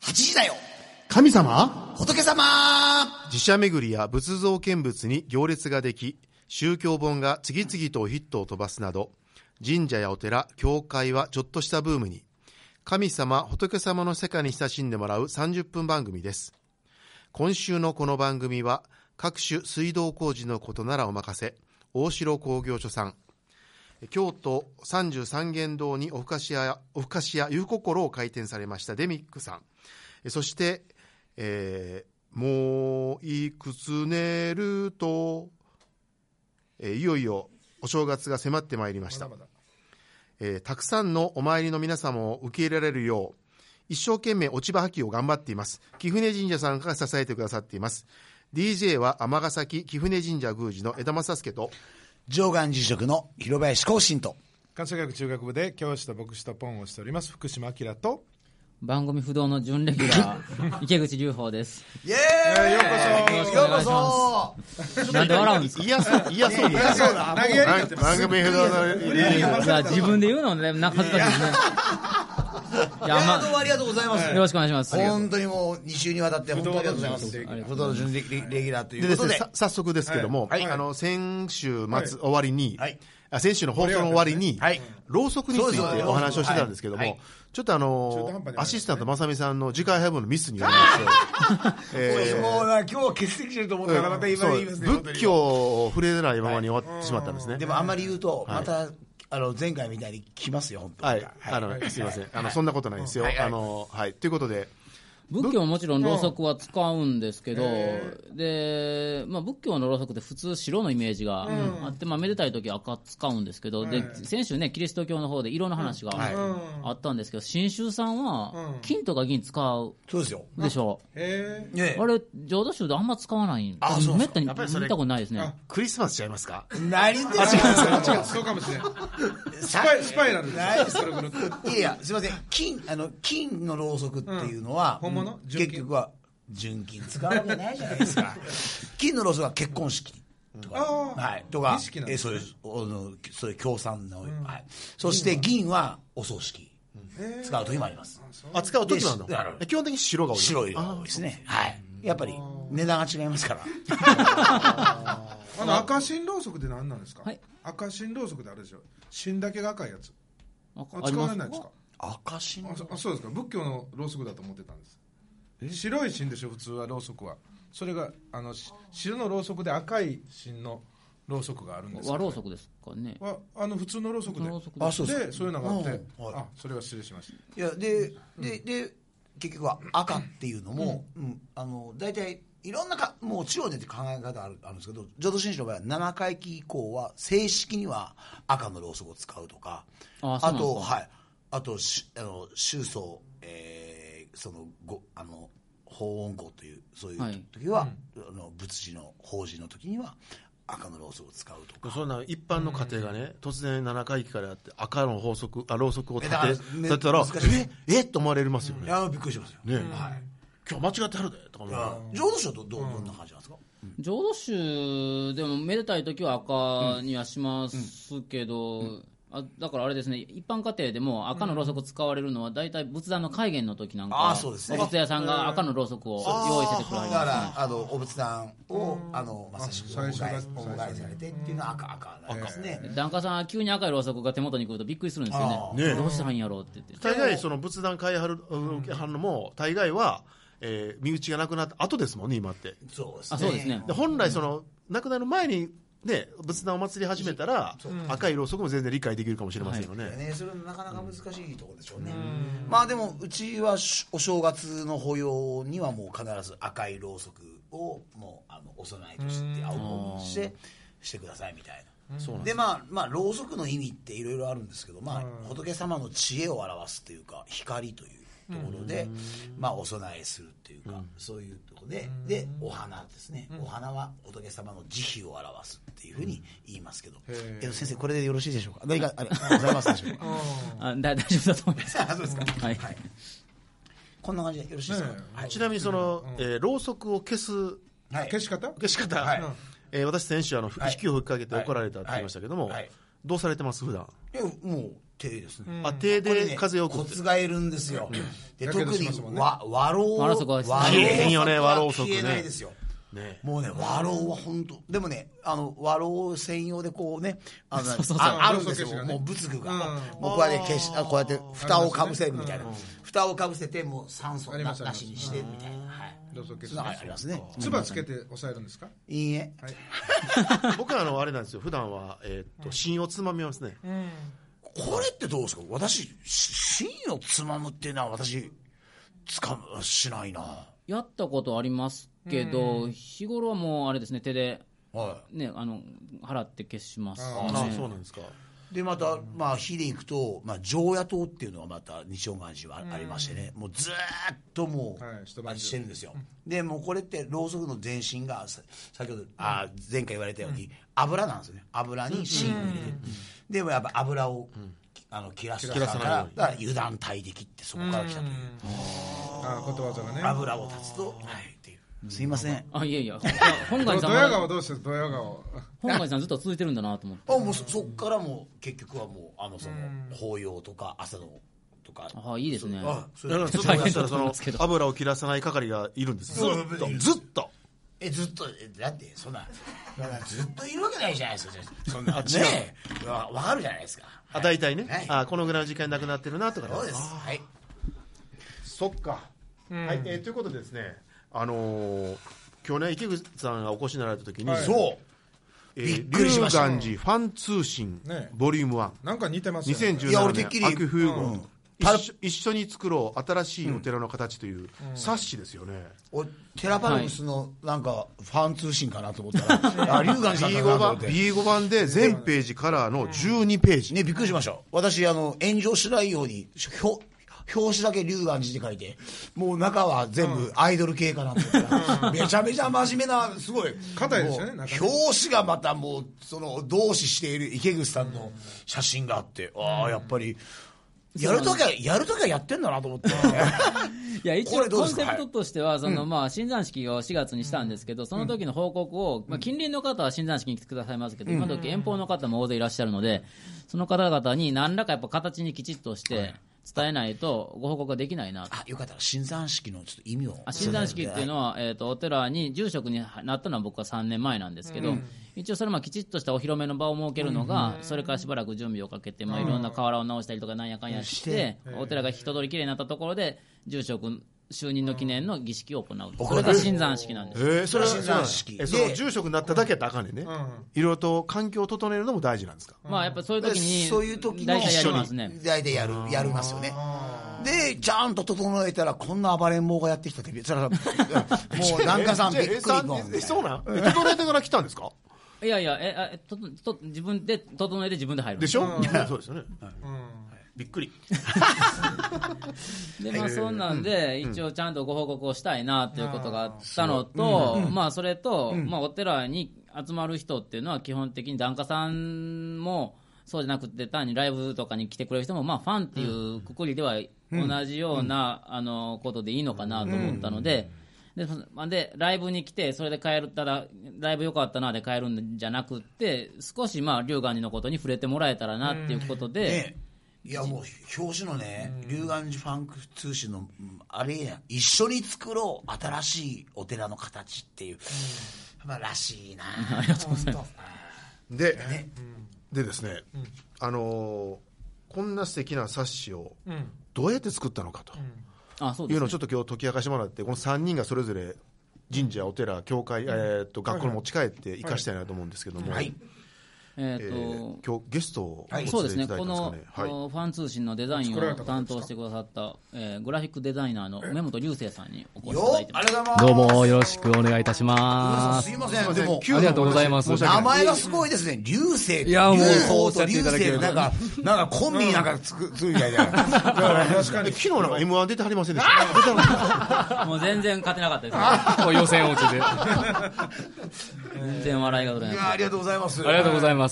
8時だよ神様仏様寺社巡りや仏像見物に行列ができ宗教本が次々とヒットを飛ばすなど神社やお寺教会はちょっとしたブームに神様仏様の世界に親しんでもらう30分番組です今週のこの番組は各種水道工事のことならお任せ大城工業所さん京都三十三間堂におふかしやおふかしやゆうこころを開店されましたデミックさんえそして、えーもういくつ寝ると、えーいよいよお正月が迫ってまいりましたえーたくさんのお参りの皆様を受け入れられるよう一生懸命落ち葉吐きを頑張っています貴船神社さんが支えてくださっています DJ は尼崎貴船神社宮司の枝正助と上岸住職の広林浩信と関西学中学部で教師と牧師とポンをしております福島明と、番組不動の準レギュラー池口隆法ですイエえーようこそようこなんで笑うんですか嫌そう嫌そう嫌そうだ投げやりになってま番組不動のじゃあ自分で言うのねなんか恥ずかしいですねじゃあいやまどうもありがとうございます、あよろしくお願いします本当にもう2週にわたって本当にありがとうございます不動不動の準レギュラーといでうでことすねでさ早速ですけども、はいはいあの先週末、終わりに、はいあ先週の放送の終わりに、はいろうそくにつそうですいよてお話をしてたんですけども、はいはいちょっとあの中途半端にありましたねアシスタントまさみさんの次回配分のミスによりまして、えーもうな今日は欠席してると思ったからまた今そう言いますね本当に仏教を触れないままに終わってしまったんですね。でもあんまり言うとまた、あの前回みたいに来ますよ本当にはい、あの、すみません、あの、そんなことないですよ。あの、はい、ということで、仏教ももちろんろうそくは使うんですけど、で、まあ、仏教のろうそくって普通白のイメージがあって、まあ、めでたい時は赤使うんですけど、で先週ねキリスト教の方で色の話があったんですけど信州さんは金とか銀使うそうですよでしょえーねあれ浄土宗であんま使わないんあそうそうめったに見やっぱりそれたことないですねクリスマスちゃいますか。何でそうかもしれないスパイスパイラルですないそれこのいやいやすいません金あの金のろうそくっていうのは、うん本物純金結局は純金使うわけないじゃないですか 金のろうそくは結婚式とか、あーはい、とか儀式なんえですそういうおのそういう協賛の、はい、そして銀はお葬式使う時もあります、扱う時もあるであるの。基本的に白が多い。白いのが多いですねはいやっぱり値段が違いますからあの赤新ろうそくって何なんですか、はい赤新ろうそくってあるでしょ芯だけが赤いやつああ使われないんですか赤信あそあそうですか仏教のろうそくだと思ってたんです白い芯でしょ普通はろうそくはそれがあのし白のろうそくで赤い芯のろうそくがあるんです和ろうくそくですかねああの普通のろうそくでろうそくあそうですでそういうのがあって、うんはいあそれは失礼しましたいやででで結局は赤っていうのも、うん、あの大体いろんなかもう地方によって考え方あるあるんですけど浄土真宗の場合は7回忌以降は正式には赤のろうそくを使うとかああそとうなんですかはいあとしあの宗僧、えーそのごあの法音号というそういはうい時は、あの仏事の法事の時には赤のろうそくを使うとか。そんな一般の家庭がね、突然7回忌からやって赤の法則あろうそくを立てえだ立からてねたら難しいええっと思われますよいねやびっくりしますよ、ね、今日間違ってあるでとか思う浄土宗とどうどんな感じなんですか、浄土宗でもめでたい時は赤にはしますけど、あだからあれですね一般家庭でも赤のろうそく使われるのは大体仏壇の戒厳の時なんかあそうですねお仏屋さんが赤のろうそくを用意しててくれはりだかますねらあのお仏壇をあのまさしくお最初が迎えお迎えされてっていうのは赤赤なんですね。檀家さんは急に赤いろうそくが手元に来るとびっくりするんですよねあーねどうしたらいいんやろうって言って大概その仏壇買いはる受けはるのも大概は、えー身内が亡くなった後ですもんね今ってそうですね。あそうですねで本来その亡くなる前にね仏壇を祭り始めたら、赤いろうそくも全然理解できるかもしれませんよね、ねそれもなかなか難しいところでしょうね。まあでもうちはしお正月の保養にはもう必ず赤いろうそくをもうあのお供えとして青物にしてしてくださいみたいな。そうなんででまあまあろうそくの意味っていろいろあるんですけど、まあ、仏様の知恵を表すというか光というところで、まあ、お供えするっていうか、そういうところででお花ですね、お花は仏様の慈悲を表すっていうふうに言いますけど、え先生これでよろしいでしょうか何かあれございますでしょうかあだ大丈夫だと思いますあそうですか、はいこんな感じでよろしいですか、ねはいちなみにその、えーろうそくを消すはい消し方消し方、はいえー私先週あの、い引きを吹きかけてはい怒られたって言いましたけども、はいどうされてます普段いやもう手ですね、あ手これでね風を送コってツがいるんですよ、でや特けどしにますもんねわ和ろう和ろうそこは綺麗よね和ろうそくね消えないですよねもうね、和ろうは本当、でもね、あの和ろう専用でこうね、あの そうそうそうああるんですろうそよ、く消しがねもう仏具が、うん僕はね、消しあこうやって蓋をかぶせるみたいな、あり蓋をかぶせて、もう酸素あなりなますありますしにしてみたいな、はい、ローソクそういうのがありますね、つばつけて押さえるんですかいいえ、僕はあのあれなんですよ普段はえーっと芯をつまみますねこれってどうですか、私、し芯をつまむっていうのは、私、つかむしないな、やったことありますけど、日頃はもうあれですね、手で、はね、あの、払って消します、あね。ーそうなんですかい、で、また、まあ、火でいくと、まあ、常夜灯っていうのがまた、日曜の味はありましてね、もうずーっともう、はい一晩中味してるんですよ、でもうこれって、ろうそくの前身が、さ先ほど、あー前回言われたように、油なんですよね、油に芯を入れて、でもやっぱ油を、あの切らしたから切らさないようにだから油断大敵って、そこから来たという、あことわざがね油を断つと、はい、っていう、すいません。あ、い やいや、ほんど本願ド寺ヤさん顔は、どうしてドヤ顔本願寺さんずっと続いてるんだなと思って。あもうそそっからもう結局はもうあのその法要とか朝のとかあいいですね。あそだかられずっとやったらその油を切らさない係がいるんですずっとずっとえずっとえだってそんなだからずっといるわけないじゃないです かそんなねえわわかるじゃないですかあ大体ねはいあーこのぐらいの時間なくなってるなとかねそうですはいそっか、はいえーということでですね、あのー今日ね、池口さんがお越しになられたときに、はいそうえびっくりしました龍眼寺ファン通信、ねボリューム1、なんか似てますよねいや2017俺てっき年り秋冬号、うん一緒一緒に作ろう新しいお寺の形という冊子ですよね、おテラパルムスのなんかファン通信かなと思ったら、あ龍眼寺だった B5 かなと思版って B5 版で全ページカラーの12ページ、ねびっくりしました私あの炎上しないようにひょ表紙だけ龍眼寺って書いてもう中は全部アイドル系かなと思ったらめちゃめちゃ真面目なすごい硬いですよねもう中ね表紙がまたもうその同志している池口さんの写真があってああやっぱりやるときはやるときはやってんだなと思っていや、一こ応れどうコでンすかセプトとしては、その、まあ、新山式を4月にしたんですけど、その時の報告を、まあ、近隣の方は新山式に来てくださいますけど、今時遠方の方も大勢いらっしゃるので、その方々に何らかやっぱ形にきちっとして伝えないとご報告ができないな と。あよかったら新山式のちょっと意味をあ新山式っていうののは、えー、とお寺に住職になったのは僕は3年前なんですけど、一応それもきちっとしたお披露目の場を設けるのが、それからしばらく準備をかけて、まあ、いろんな瓦を直したりとかなんやかんやして、お寺が人通りきれいになったところで住職就任の記念の儀式を行うと、んこれが新山式なんです。えーそれは新山式えその住職になっただけやったらあかんねんね、いろいろと環境を整えるのも大事なんですか、まあ、やっぱそういう時にそういう時の大体やりますね。大体やるやりますよねでちゃんと整えたらこんな暴れん坊がやってきたってそれはもうなんかさんびっくりえのええそうなんえ整えてから来たんですかいやいや、えあえとと自分で整えて自分で入るんでですしょ、いやそうですよね、びっくりでまあそんなんで、一応ちゃんとご報告をしたいなということがあったのと、まあそれと、まあお寺に集まる人っていうのは基本的に檀家さんもそうじゃなくて単にライブとかに来てくれる人もまあファンっていうくくりでは同じような、あのことでいいのかなと思ったので。でそまあでライブに来て、それで帰ったら、ライブ良かったなで帰るんじゃなくって、少しまあ龍眼寺のことに触れてもらえたらなっていうことで、ねいやもう表紙のね龍眼寺ファンク通信のうんあれや一緒に作ろう新しいお寺の形っていうまあらしい なありがとうございますで、でですね、あのーこんな素敵な冊子をどうやって作ったのかとあそういでうすのねをちょっと今日解き明かしてもらって、この3人がそれぞれ神社、お寺、教会、えーっと学校に持ち帰って生かしたいなと思うんですけども、はいええーとー今日ゲストをお連れいそうですね、ただいたこんですかの、ね。あはいのファン通信のデザイン作られをた方ですか担当してくださった、えーグラフィックデザイナーの梅本流星さんにお越しいよただいてあまりす。がとうございますどうもよろしくお願いいたし皆さまんすすい。ませんでも急遽ありがとうございます申し訳名ない前がすごいですね流星いやもう龍そう鳳おっしとゃって流いただけ星ればなんかなんかコンビなんか作るみたいな確か えに昨日なんか M1 出てはりませんでした。出たのもう全然勝てなかったですもう予選落ちで。あね。全然笑いが取れいなやあい。りがとうございますりがとうございます。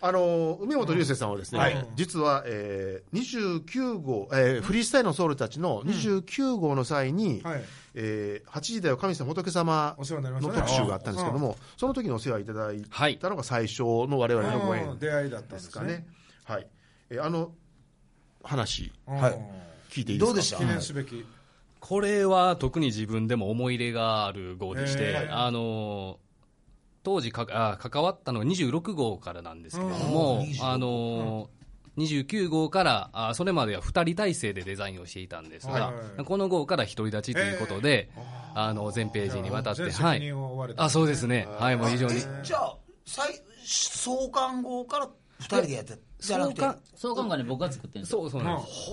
あの梅本流星さんはですね、はい実は、えー、29号、えーフリースタイルのソウルたちの29号の際に、はいえー8時台は神様仏様お世話になりましのたね特集があったんですけども、その時にお世話いただいたのが最初の我々のごうん縁で出会いだったんですすかかね。ね。はい、えーあの話はい聞いていいですか。どうでした記念すべき。これは特に自分でも思い入れがある号でしへて、ーあの当時かあ関わったのが26号からなんですけれどうも、んあの29号からあそれまでは2人体制でデザインをしていたんですが、はいこの号から独り立ちということで、あの全ページにわたっ全て、は責い任、を負われた。あそうですね、はい、もう非常に。えじゃあ最創刊号から二人でやってじゃなくて創刊そう考えね僕が作ってるんですよそうそうなんです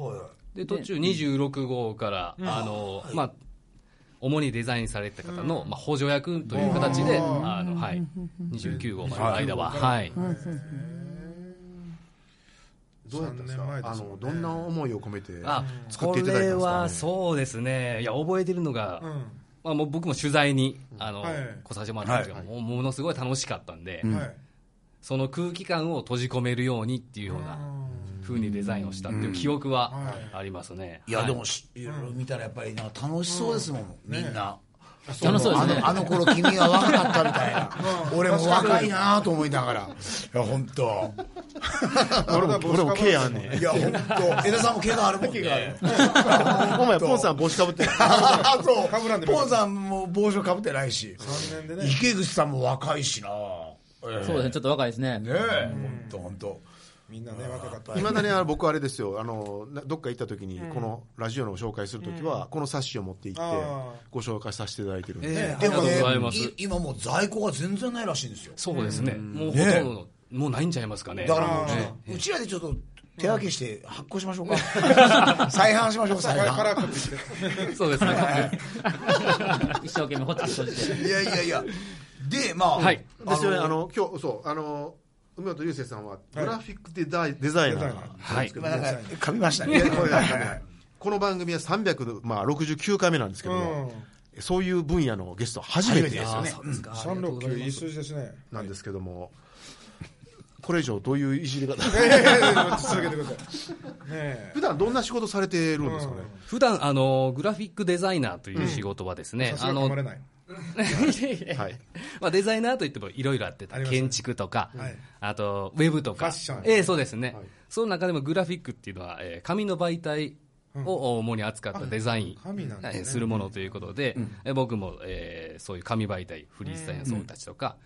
はで途中26号から、あの、まあ主にデザインされてた方の、まあ、補助役という形で、あのはい、29号までの間は、はい、どうやったんですか。三年前であすもんのねどんな思いを込めてあ作っこていただいれたんですか、はね。そうですね、いや覚えてるのが、うん。まあ、もう僕も取材にあの、はい来させてもらったんですけど、もうものすごい楽しかったんで、はい。その空気感を閉じ込めるようにっていうような風にデザインをしたっていう記憶はありますね。いいやはいでもしいろいろ見たらやっぱりなんか楽しそうですもん、みんな。楽しそうですあねのあの頃君は若かったみたいな俺も若いなと思いながらいや本当俺も俺も毛あんねん いや本当江田さんも毛があるもんねお前ポンさん帽子かぶってる あそう被らんでもポンさんも帽子をかぶってないし3年でね。池口さんも若いしなええそうですねちょっと若いですねねえ本当本当みんなね、若かった。いまだにあの僕あれですよあのなどっか行った時にこのラジオの紹介する時はこの冊子を持って行ってあーご紹介させていただいてるんで、ええありでがともうございまねすい。今もう在庫が全然ないらしいんですよそうですね、もうほとんどの、もうないんちゃいますかね。だからもうちょっとうちらでちょっと手分けして発行しましょうか再販しましょう再カラ販ーコピーして。そうですね。 一生懸命ホッチ閉じていやいやいやでまあ、はいですよねあの今日そうあの梅本流星さんはグラフィックデザイ,、デザイナーはい。今なんか噛みましたねこれ この番組は369、まあ、69回目なんですけども、そういう分野のゲストは初め初めててですよねそうですか。三六九いい数字ですね。なんですけども、これ以上どういういじり方ええ続けてください。ねえ。普段どんな仕事されてるんですかね、普段あのグラフィックデザイナーという仕事はですね、さすがあ噛まれのない。はい まあデザイナーといってもいろいろあってありますね建築とか、はいあとウェブとか、ファッションええそうですね、はいその中でもグラフィックっていうのは、えー紙の媒体を主に扱ったデザイン、紙なんだねえーするものということで、えー僕も、えーそういう紙媒体フリースタイルの僧侶たちとか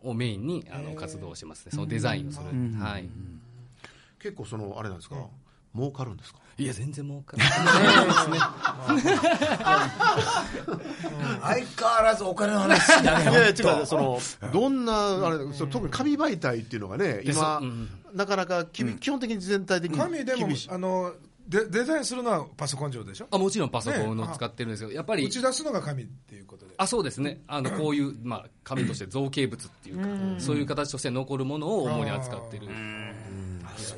をメインにあの活動してますねそのデザインをする、はい、結構そのあれなんですか、儲かるんですかいや全然儲かんない相変わらずお金の話しないい やいや違うその どんなあれその特に紙媒体っていうのがね今、なかなかきび、基本的に全体的に紙でも厳しい、あの、デデザインするのはパソコン上でしょあもちろんパソコンの使ってるんですけど、やっぱり打ち出すのが紙っていうことで。あそうですねあ のこういう、まあ、紙として造形物っていうか、そういう形として残るものを主に扱ってる、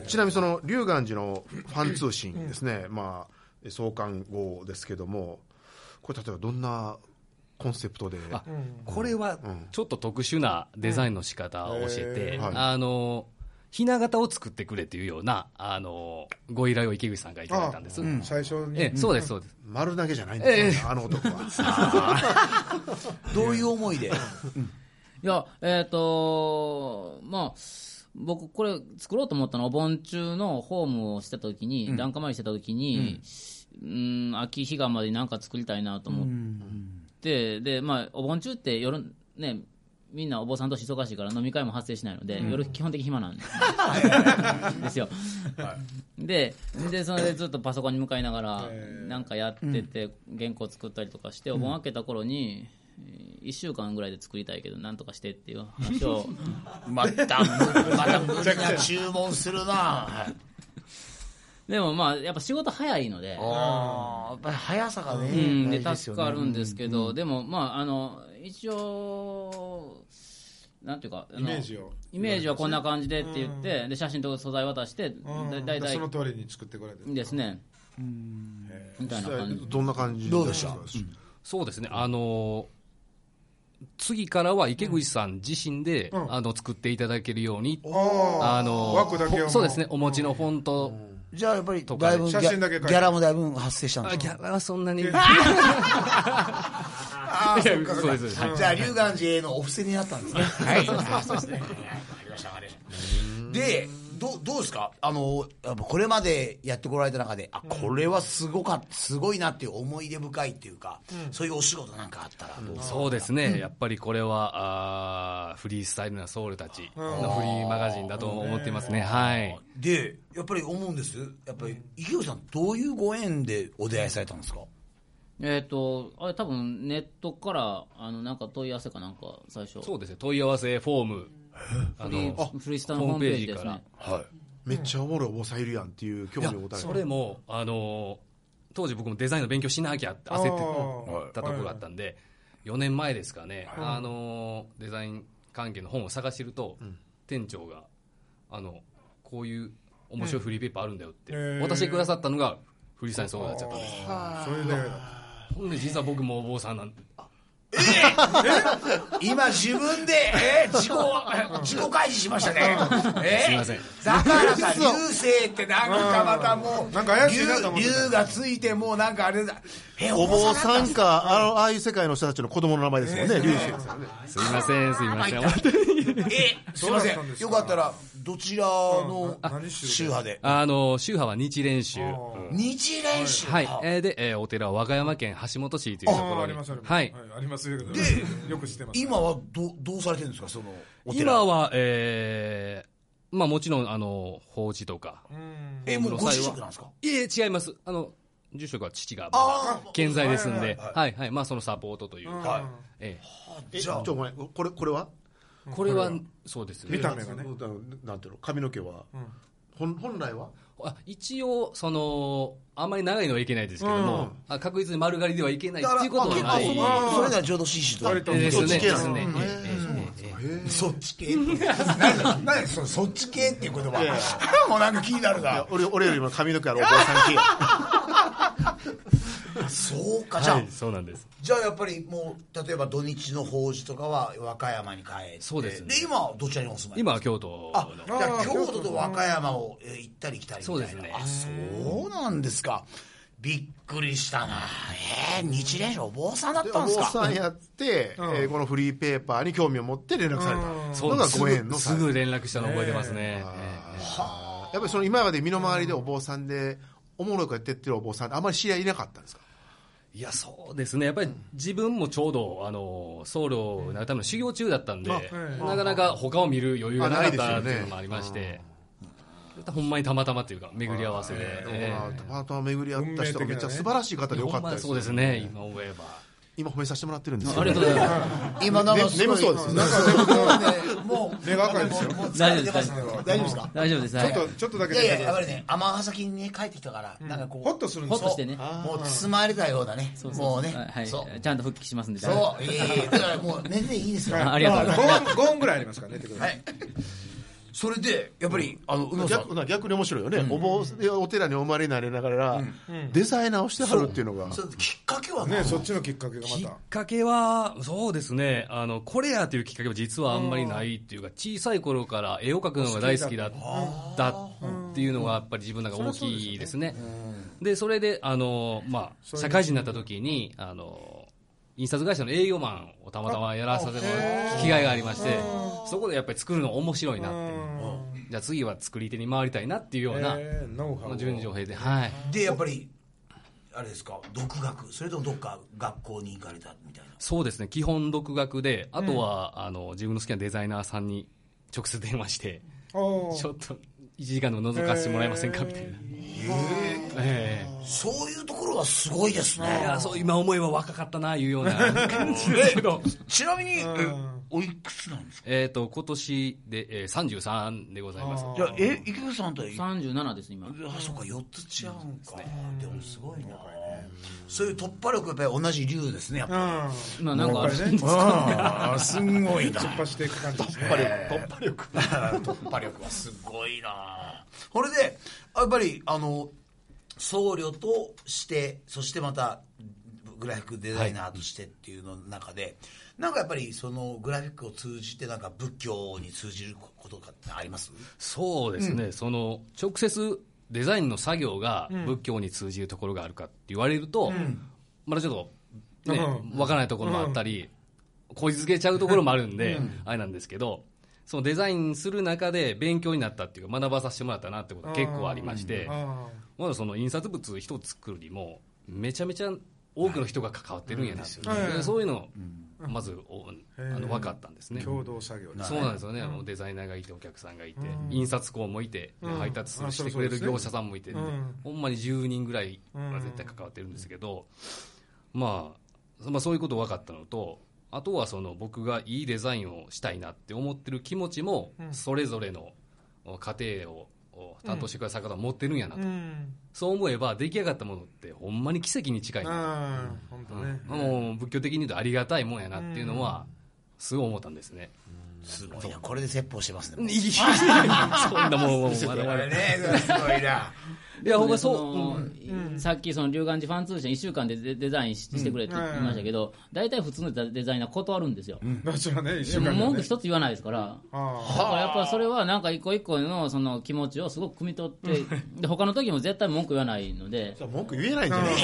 ちなみにその龍岩寺のファン通信ですね、まあ創刊号ですけどもこれ例えばどんなコンセプトであこれはちょっと特殊なデザインの仕方を教えて、うんへーはいあのひな形を作ってくれというようなあのご依頼を池口さんがいただいたんです、うん最初に。ええそうですそうです、丸投げじゃないんですよね、あの男はどういう思いでいや、えっ、とまあ、僕、これ、作ろうと思ったの、お盆中のホームをしてた時に、檀家参りしてた時に、うん、秋彼岸までになんか作りたいなと思って、で、まあ、お盆中って夜、ね、みんなお坊さんとして忙しいから飲み会も発生しないので、夜基本的に暇なんですです よ。ででそれでずっとパソコンに向かいながらなんかやってて原稿作ったりとかしてお盆明けた頃に1週間ぐらいで作りたいけどなんとかしてっていう話を またまた無理な注文するなでもまあやっぱ仕事早いのであーやっぱり速さがね、うんで大事ですよね助かるんですけどでもまああの一応なんていうかあのイメージを。イメージはこんな感じでって言ってで写真と素材渡してうんだいたいその通りに作ってこられてる。ですねみたいな感じどんな感じどうでしたんそうですねあの次からは池口さん自身で、んあの作っていただけるように、ああの枠だけをもそうですねお持ちのフォント、じゃあやっぱりだいぶギ写真だけ書いャてギャラもだいぶ発生したんであすギかャラはそんなにいやああそうかそうですそうですじゃあ龍岩寺へのお布施になったんですねはいそうですねわかりましたわかりましたでどうどうですかあのやっぱこれまでやってこられた中であこれはすごかすごいなっていう思い出深いっていうか、そういうお仕事なんかあったらどうですかそうですね、やっぱりこれはあーフリースタイルなソウルたちのフリーマガジンだと思っていますね、はい、でやっぱり思うんですやっぱり池内さんどういうご縁でお出会いされたんですかえっ、と、あれ多分ネットから、あの、なんか問い合わせかなんか、最初。そうですね問い合わせフォームあフリのーフリースタのホームページですホームねペ。はいめっちゃおもろいお坊さんいるやんっていう興味を持たれそるれもあの当時僕もデザインの勉強しなきゃって焦ってたところだったんで4年前ですかね、あのデザイン関係の本を探してると、店長があのこういう面白いフリーペーパーあるんだよって、うん渡してくださったのがフリーサインそうなっちゃったんですあーそれでほんで実は僕もお坊さんなんで今自分で、えー自己、自己開示しましたね。えーすいませんだからか、流星ってなんかまたもう、なんか怪しいなと思って竜た竜がついてもうなんかあれだ。えー、おお坊坊 さんさんかあのああいう世界の人たちの子供の名前ですもんね龍神さんねすいませんすいません えー、すいませどうだったんでん。すよかかったら、どちらのうんな何宗宗派で あの宗派は日蓮宗日蓮宗はい派、えーで、えーお寺は和歌山県橋本市というとこあーろあにりますありますはいありますよよく知ってます今はどどうされてるんですか、そのお寺。今は、えーまあもちろん、あの、法事とか。うんえー、もうご住職なんですかいえ、違います。あの、住職は父が、あー健在ですんはいで、はいはい。まあそのサポートというか。はいええじゃあちょごめんこれこれはえこれは、そうですね見。た目がねあのなんていうの髪の毛は、本本来はあ一応、その、あんまり長いのはいけないですけども、あ確実に丸刈りではいけないっていうことはあない。結構えそのそれなら浄土真宗と。えですね。そっち系でなすのね。ええええええそっち系 何だ何だそのそっち系っていう言葉 もうなんか気になるいなや俺俺よりも髪の毛あるお坊さん 系そうかじゃあ、はいそうなんです。じゃあやっぱりもう例えば土日の法事とかは和歌山に帰ってそうですね今はどちらにお住まい今は京都あのじゃあ京都と和歌山をえー行ったり来たりみたいなそうですねあそうなんですかびっくりしたなえー、日蓮宗お坊さんだっでたおんです坊さかんやって、えーこのフリーペーパーに興味を持って連絡されたのがすご縁ぐのす最ぐ後連絡したの覚えてますね。ええやっぱりその今まで身の回りでお坊さんでおもろいことやってってるお坊さんってあんまり知り合いいなかったんですかいや、そうですね。やっぱり自分もちょうど、あの、僧侶になるための修行中だったんで、ええなかなか他を見る余裕がなかっあたないってですよねいうのもありまして、ほんまにたまたまというか、巡り合わせで。えまあたまたま巡り合った人がめっちゃ素晴らしい方えでよかほんったまでにすそうですね、今思えば。今褒めさせてもらってるんですよありがとうございます。今なんかすごい眠そうですよねなんか眠そうでもう目が赤いですよもうもう疲れてますね大丈夫ですか大丈夫です。はいちょっとちょっとだけいやいや、やっぱりね、尼崎にね、帰ってきたから、なんかこう、ホッとするんですホッとしてねそうもう包まれたようなね、もうね、はいそう。ちゃんと復帰しますんで。大丈夫そう、いえいえ、だからもう、全然いいです よ。あありがとうございま5す分五分ぐらいありますからねってことではい。それで、やっぱり、あの、うのさん逆、な逆に面白いよね、お坊お寺にお生まれになりながら、デザイナーをしてはるっていうのがそのきっかけはねね、そっちのきっかけがきっまかけは、そうですね、あの、これやというきっかけは実はあんまりないっていうか、小さい頃から絵を描くのが大好きだったっていうのがやっぱり自分の中で大きいですね。で、それで、あの、まあ、社会人になった時に、あの、印刷会社の営業マンをたまたまやらさせてもらう機会がありまして、そこでやっぱり作るの面白いなって。じゃあ次は作り手に回りたいなっていうようたな、えーノウハこウのを順序平で、はい。で、やっぱり、あれですか、独学、それともどっか学校に行かれたみたいな。そうですね、基本独学で、あとは、あの自分の好きなデザイナーさんに直接電話して、おーちょっと1時間でも覗かせてもらえませんかみたいな。えそういうところはすごいですえいね。やそう今思えば若かったないうような感じですけど、ちなみに、えおいくつなんですかえっと今年で、えー、33でございます。じゃあ、え、池口さんとは37です、今。あそうか4つ違うんか、でもすごいな、そういう突破力やっぱり同じ竜ですねやっぱまあなんかある、やっぱりねり、ああすんごいな突破していく感じですね突破力突破力 突破力はすごいなこれでやっぱりあの僧侶としてそしてまたグラフィックデザイナーとしてっていうの中で、なんかやっぱりそのグラフィックを通じてなんか仏教に通じることかってありますそうですね、その直接デザインの作業が仏教に通じるところがあるかって言われると、まだちょっと、ね、うわからないところもあったり、こじつけちゃうところもあるんで、あれなんですけど、そのデザインする中で勉強になったっていうか、学ばさせてもらったなってことが結構ありまして、あまだその印刷物一つ作るにも、めちゃめちゃ多くの人が関わってるんやなっていうはいでそういうのを、まずおへあの分かったんですあね。共同作業ですそうなんですよね、あのデザイナーがいて、お客さんがいて、印刷工もいて、うん配達すあるそしうてくそうでれるすね業者さんもいて、うんほんまに10人ぐらいは絶対関わってるんですけど、まあ、そまあ、そういうこと分かったのと、あとはその僕がいいデザインをしたいなって思ってる気持ちも、それぞれのお家庭をお担当してくださる方は持ってるんやなと、うんそう思えば、出来上がったものって、ほんまに奇跡に近いな、ああ本当ねうんもう仏教的に言うとありがたいもんやなっていうのは、すごい思ったんですね。すごいなこれで説法してますねもういいいいそんなもんもうまだこまだれね すごいないやほんまそそう、のさっきその龍眼寺ファン通信1週間でデデザインししてくれって言ってましたけど、大体普通のデザイナー断るんですよ、もちろんね一週間文で句ね一つ言わないですから、あだからやっぱりそれはなんか一個一個のその気持ちをすごく汲み取って、で他の時も絶対文句言わないので、文句言えないんじゃない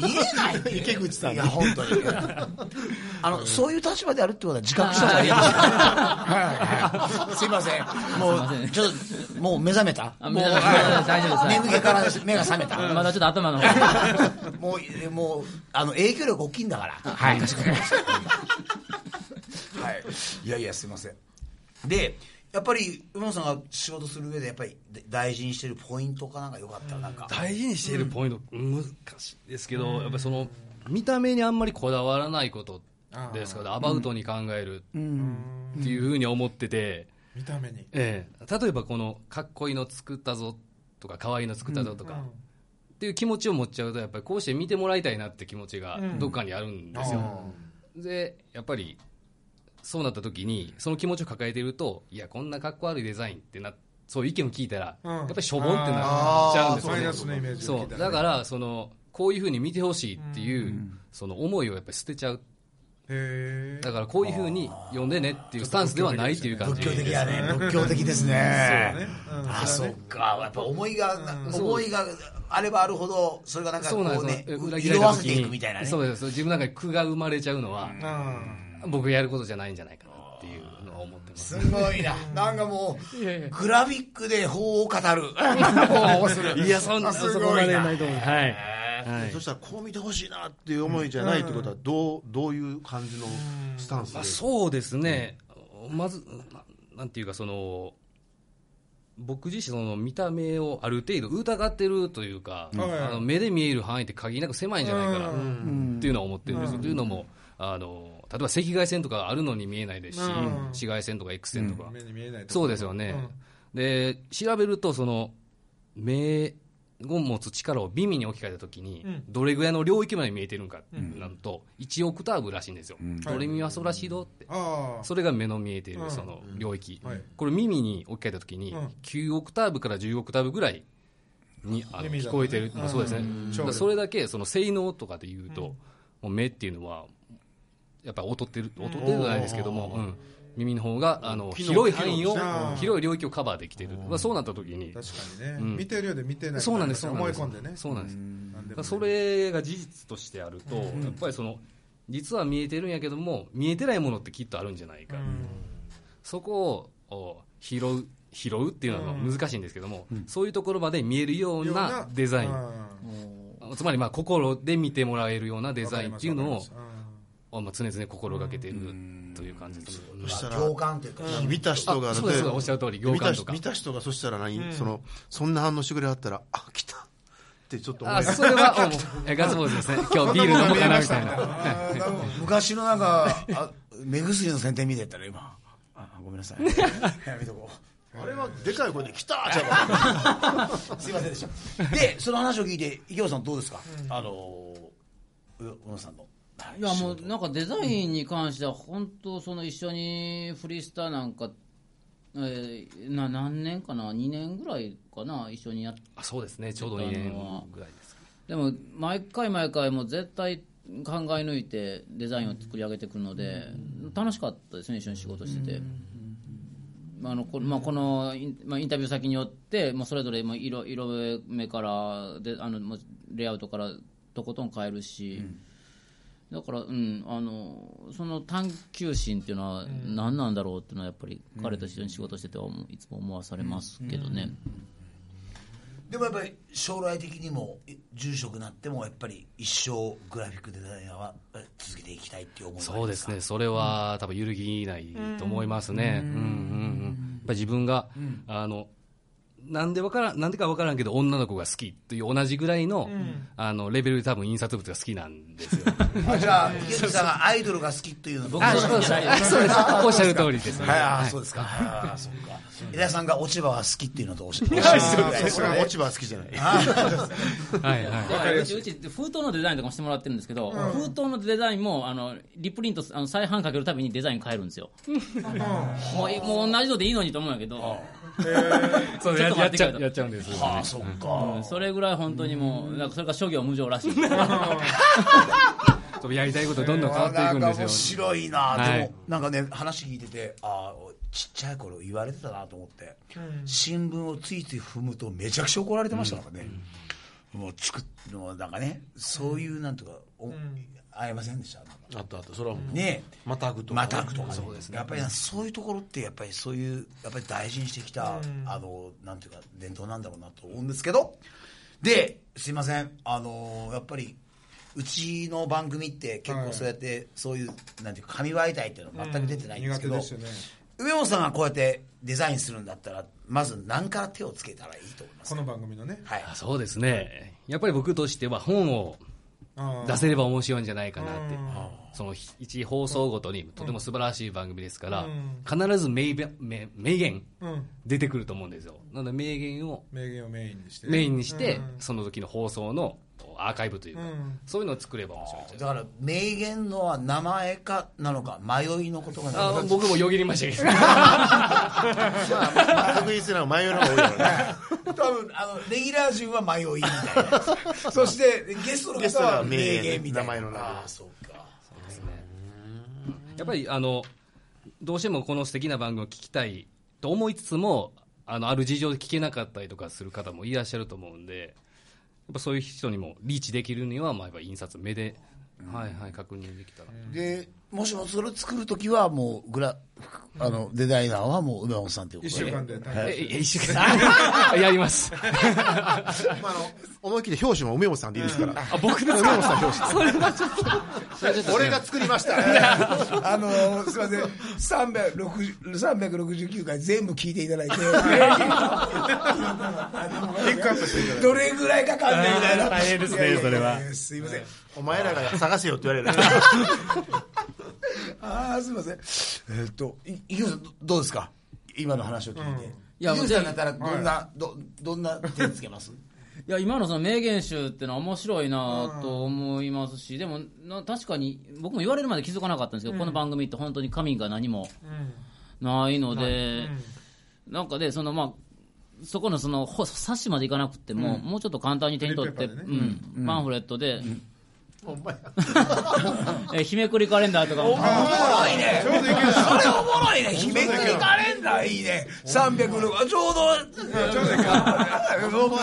言えないって池口さいんにや本当にあのそういう立場であるってことは自覚した方がいいですはいはいすいませんもうちょっともう目覚めたあ目覚めた大丈夫です眠気から目が覚めたまだちょっと頭の方がもうえもうあの影響力大きいんだからはいはいいやいやすいませんでやっぱり馬野さんが仕事する上でやっぱりで大事にしてるポイントかなんかよかったらなんか大事にしているポイント、難しいですけど、やっぱりその見た目にあんまりこだわらないことですからアバウトに考えるっていうふうに思ってて、見た目にええ、例えばこの「かっこいいの作ったぞ」とか「かわいいの作ったぞ」とか、っていう気持ちを持っちゃうとやっぱりこうして見てもらいたいなって気持ちがどっかにあるんですよ、でやっぱりそうなった時にその気持ちを抱えているといやこんなかっこ悪いデザインってなそういう意見を聞いたら、うんやっぱりしょぼんってなっちゃうんですよマイねナスのイメージをそ聞いうただからそのこういうふうに見てほしいっていう、その思いをやっぱり捨てちゃうへだからこういうふうに読んでねっていうスタンスではないっていう感仏じ教的だね仏教的ですえねねうんあそっかやっぱ思いが思いがあればあるほどそれがなんかそうなんこうでねすよ裏切られ色あせた時ていくにみたいなねそうです自分の中に苦が生まれちゃうのは、うん僕やることじゃないんじゃないかなっていうのは思ってますすごいな。なんかもう、グラフィックで法を語る。 いやそんなあすごいそなこまでないと思うはい、はいそしたらこう見てほしいなっていう思いじゃないってことはどうどういう感じのスタンスまあ、でそうですね、まずな、なんていうか、その僕自身、その見た目をある程度疑ってるというか、はいあの目で見える範囲って限りなく狭いんじゃないかなうっていうのは思ってるんですよ。というのもあの、例えば赤外線とかあるのに見えないですし、うん紫外線とか X 線とか、目に見えないとこそうですよね、で調べるとその目を持つ力を耳に置き換えた時に、うんどれぐらいの領域まで見えてるのかなんと1オクターブらしいんですよ、ドレミファソラシドってああそれが目の見えていうんるその領域、はいこれ耳に置き換えた時にうん9オクターブから10オクターブぐらいにあの耳だ聞とこえてる、うんそうですね、うんだからそれだけその性能とかでいうと、もう目っていうのはやっぱり劣ってる劣ってるじゃないですけども、うん耳の方があの機能広い範囲を機能広い領域をカバーできてる、まあ、そうなった時に確かにね、うん見てるようで見てないそうなんですそうなん思いです込んでねそうなんですなんでだもからそれが事実としてあると、やっぱりその実は見えてるんやけども見えてないものってきっとあるんじゃないか、そこをお拾う拾うっていうのは難しいんですけども、そういうところまで見えるようようなデザイン、ンつまりまあ心で見てもらえるようなデザインっていうのをわかりますわかりますあまあ常々心がけてるという感じです、ねそしたら共感というか、見た人があそうですそうですおっしゃる通り行見た間と人か見た人がそしたら何、そのそんな反応してくれはったらあ来たってちょっと思あいそれはおもうえガッツポーズですね今日ビール飲もうかなみたいな昔のなんか、あ目薬の宣伝見てったら今。あごめんな さい。やめとこう。あれはでかい声で来 たじゃなすいませんでした。で、その話を聞いて、池本さんどうですか、あの、う小野さんの。いやもうなんかデザインに関しては、本当、その一緒にフリースターなんか、えーな何年かな、2年ぐらいかな、一緒にやっあそうですねちょうど2年ぐらいですでも毎回毎回もう絶対考え抜いてデザインを作り上げてくるので楽しかったですね一緒に仕事してて。まああのこまあ、このイン,、まあ、インタビュー先によって、まあ、それぞれもう色色目からであのもうレイアウトからとことん変えるし、だから、うん、あのその探求心っていうのは何なんだろうっていうのはやっぱり彼と一緒に仕事してては思ういつも思わされますけどね。でもやっぱり将来的にもい住職になってもやっぱり一生グラフィックデザイナーはえ続けていきたいっていう思いがありそうまですね、それは多分揺るぎないと思いますね。うんうんうんやっぱり自分が、あのなんでわからんなんでかわからんけど女の子が好きっていう同じぐらいの,、あのレベルで多分印刷物が好きなんです よ。あじゃあ池口さんがアイドルが好きというのは僕あそうですあそうですおっしゃる通りです。はい、ああそうですか。ああ、そうか。枝田さんが落ち葉が好きっていうのとおっしゃ ってました。俺は落ち葉は好きじゃないはいはい。だからうちうち封筒のデザインとかもしてもらってるんですけど、封筒のデザインもあのリプリントあの再販かけるたびにデザイン変えるんですよ、もうもう同じのでいいのにと思うんやけど、そうちょやっとや待っってくちれゃとうやっちゃうんです。ああ、そっか。それぐらい本当にもう、なんかそれが諸行無常ら しいやりたいことどんどん変わっていくなんんか面ですよ。白いな、はいでもなんかね話聞いててああちっちゃい頃言われてたなと思って、新聞をついつい踏むとめちゃくちゃ怒られてましたからね、もう作っもうなんかねそういうなんとか、お会えませんでしたあったあったそれはもうねえまたぐとかまたぐとかねやっぱりなそういうところってやっぱりそういうやっぱり大事にしてきた、あのなんていうか伝統なんだろうなと思うんですけどですいませんあのやっぱりうちの番組って結構そうやって、そういうなんていうか紙媒体っていうのは全く出てないんですけど、うん苦手ですよね梅本さんがこうやってデザインするんだったらまず何から手をつけたらいいと思いますこの番組のねはいあそうですね。やっぱり僕としては本をあー出せれば面白いんじゃないかなってう。その一放送ごとにとても素晴らしい番組ですからうん、必ず名べ名名言うん出てくると思うんですよ。なので名言を名言をメインにしてメインにしてうん、その時の放送のアーカイブというかうん、そういうのを作れば面白いんじゃないだから名言のは名前かなのか迷いのことがなのあか僕もよぎりましたけど。確率なの 迷いの方が多いからね多分あのレギュラー陣は迷いみたいなそしてゲストのゲスト方はは名名言言みたいな名前の名前ああそうかやっぱりあのどうしてもこの素敵な番組を聞きたいと思いつつもあのある事情で聞けなかったりとかする方もいらっしゃると思うんでやっぱそういう人にもリーチできるには、まあ、やっぱ印刷目で、はいはい、確認できたら、でもしもそれ作る時はもうグラあのデザイナーはもう梅本さんっていうこ一と週間でええ一週間 やりますまああの思い切り表紙も梅本さんでいいですからあ僕ですかそれはちょっ俺が作りました あのすいません360 369回全部聞いていただいてピックアップしていただいてどれぐらいかかんねんみたいな大変ですねいやいやいやそれはすいませんお前らが探せよって言われるああすいませんえーっとい池口さんどどうですか今の話を聞いて、いや池口さんだったらどんな、どどんな手つけますいや今のその名言集ってのは面白いなと思いますし、でもな確かに僕も言われるまで気づかなかったんですけど、この番組って本当に神が何もないので、なんかでそのまあそこのそのほ冊子までいかなくても、もうちょっと簡単に手に取って、フリップうん、パンフレットで、 え日めくりカレンダーとかもおもろいね。それおもろいね。日めくりカレンダーいいね。306、ちょうど、ちょうど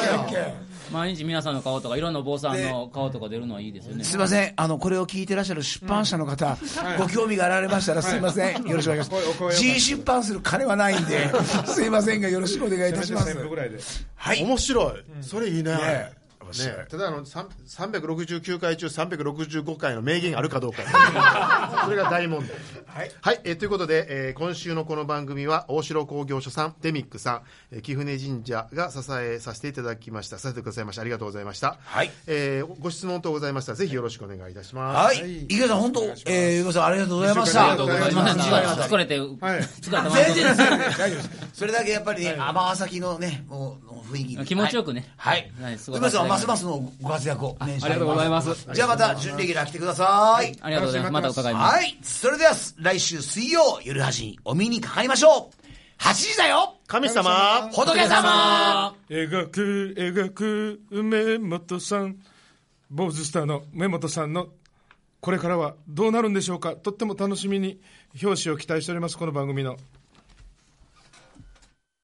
毎日皆さんの顔とかいろんなお坊さんの顔とか出るのはいいですよ ねすいません。あの、これを聞いてらっしゃる出版社の方、ご興味があられましたらすいません。よろしくお願いしお声お声まをす。G 出版する金はないん で、すいませんがよろしくお願いいたします1000。部ぐらいではい。面白いそれいいねね面白いねただあのさん369回中365回の名言あるかどうか それが大問題はいはい、えーということで、えー今週のこの番組は大城工業所さんデミックさん、えー、貴船神社が支えさせていただきました支えてくださいましたありがとうございましたはいえーご質問等ございましたらぜひよろしくお願いいたしますはい。池田さん、本当、えー、ゆうこさんありがとうございました。ありがとうございまいません時間が疲れて、い疲れてます全然です大丈夫です。それだけやっぱりね、尼崎のね、もう、もう雰囲気に気持ちよくねはい。は。はいいすすみごまいせん、ますますのご活躍を。ありとありがとうございます。じゃあまた、準レギュラー来てください。ありがとうございますまた伺いますはい。それでは、来週水曜、夜8時にお見にかかりましょう。8時だよ神様仏様描く描く梅本さん坊主スターの梅本さんのこれからはどうなるんでしょうかとっても楽しみに表紙を期待しておりますこの番組の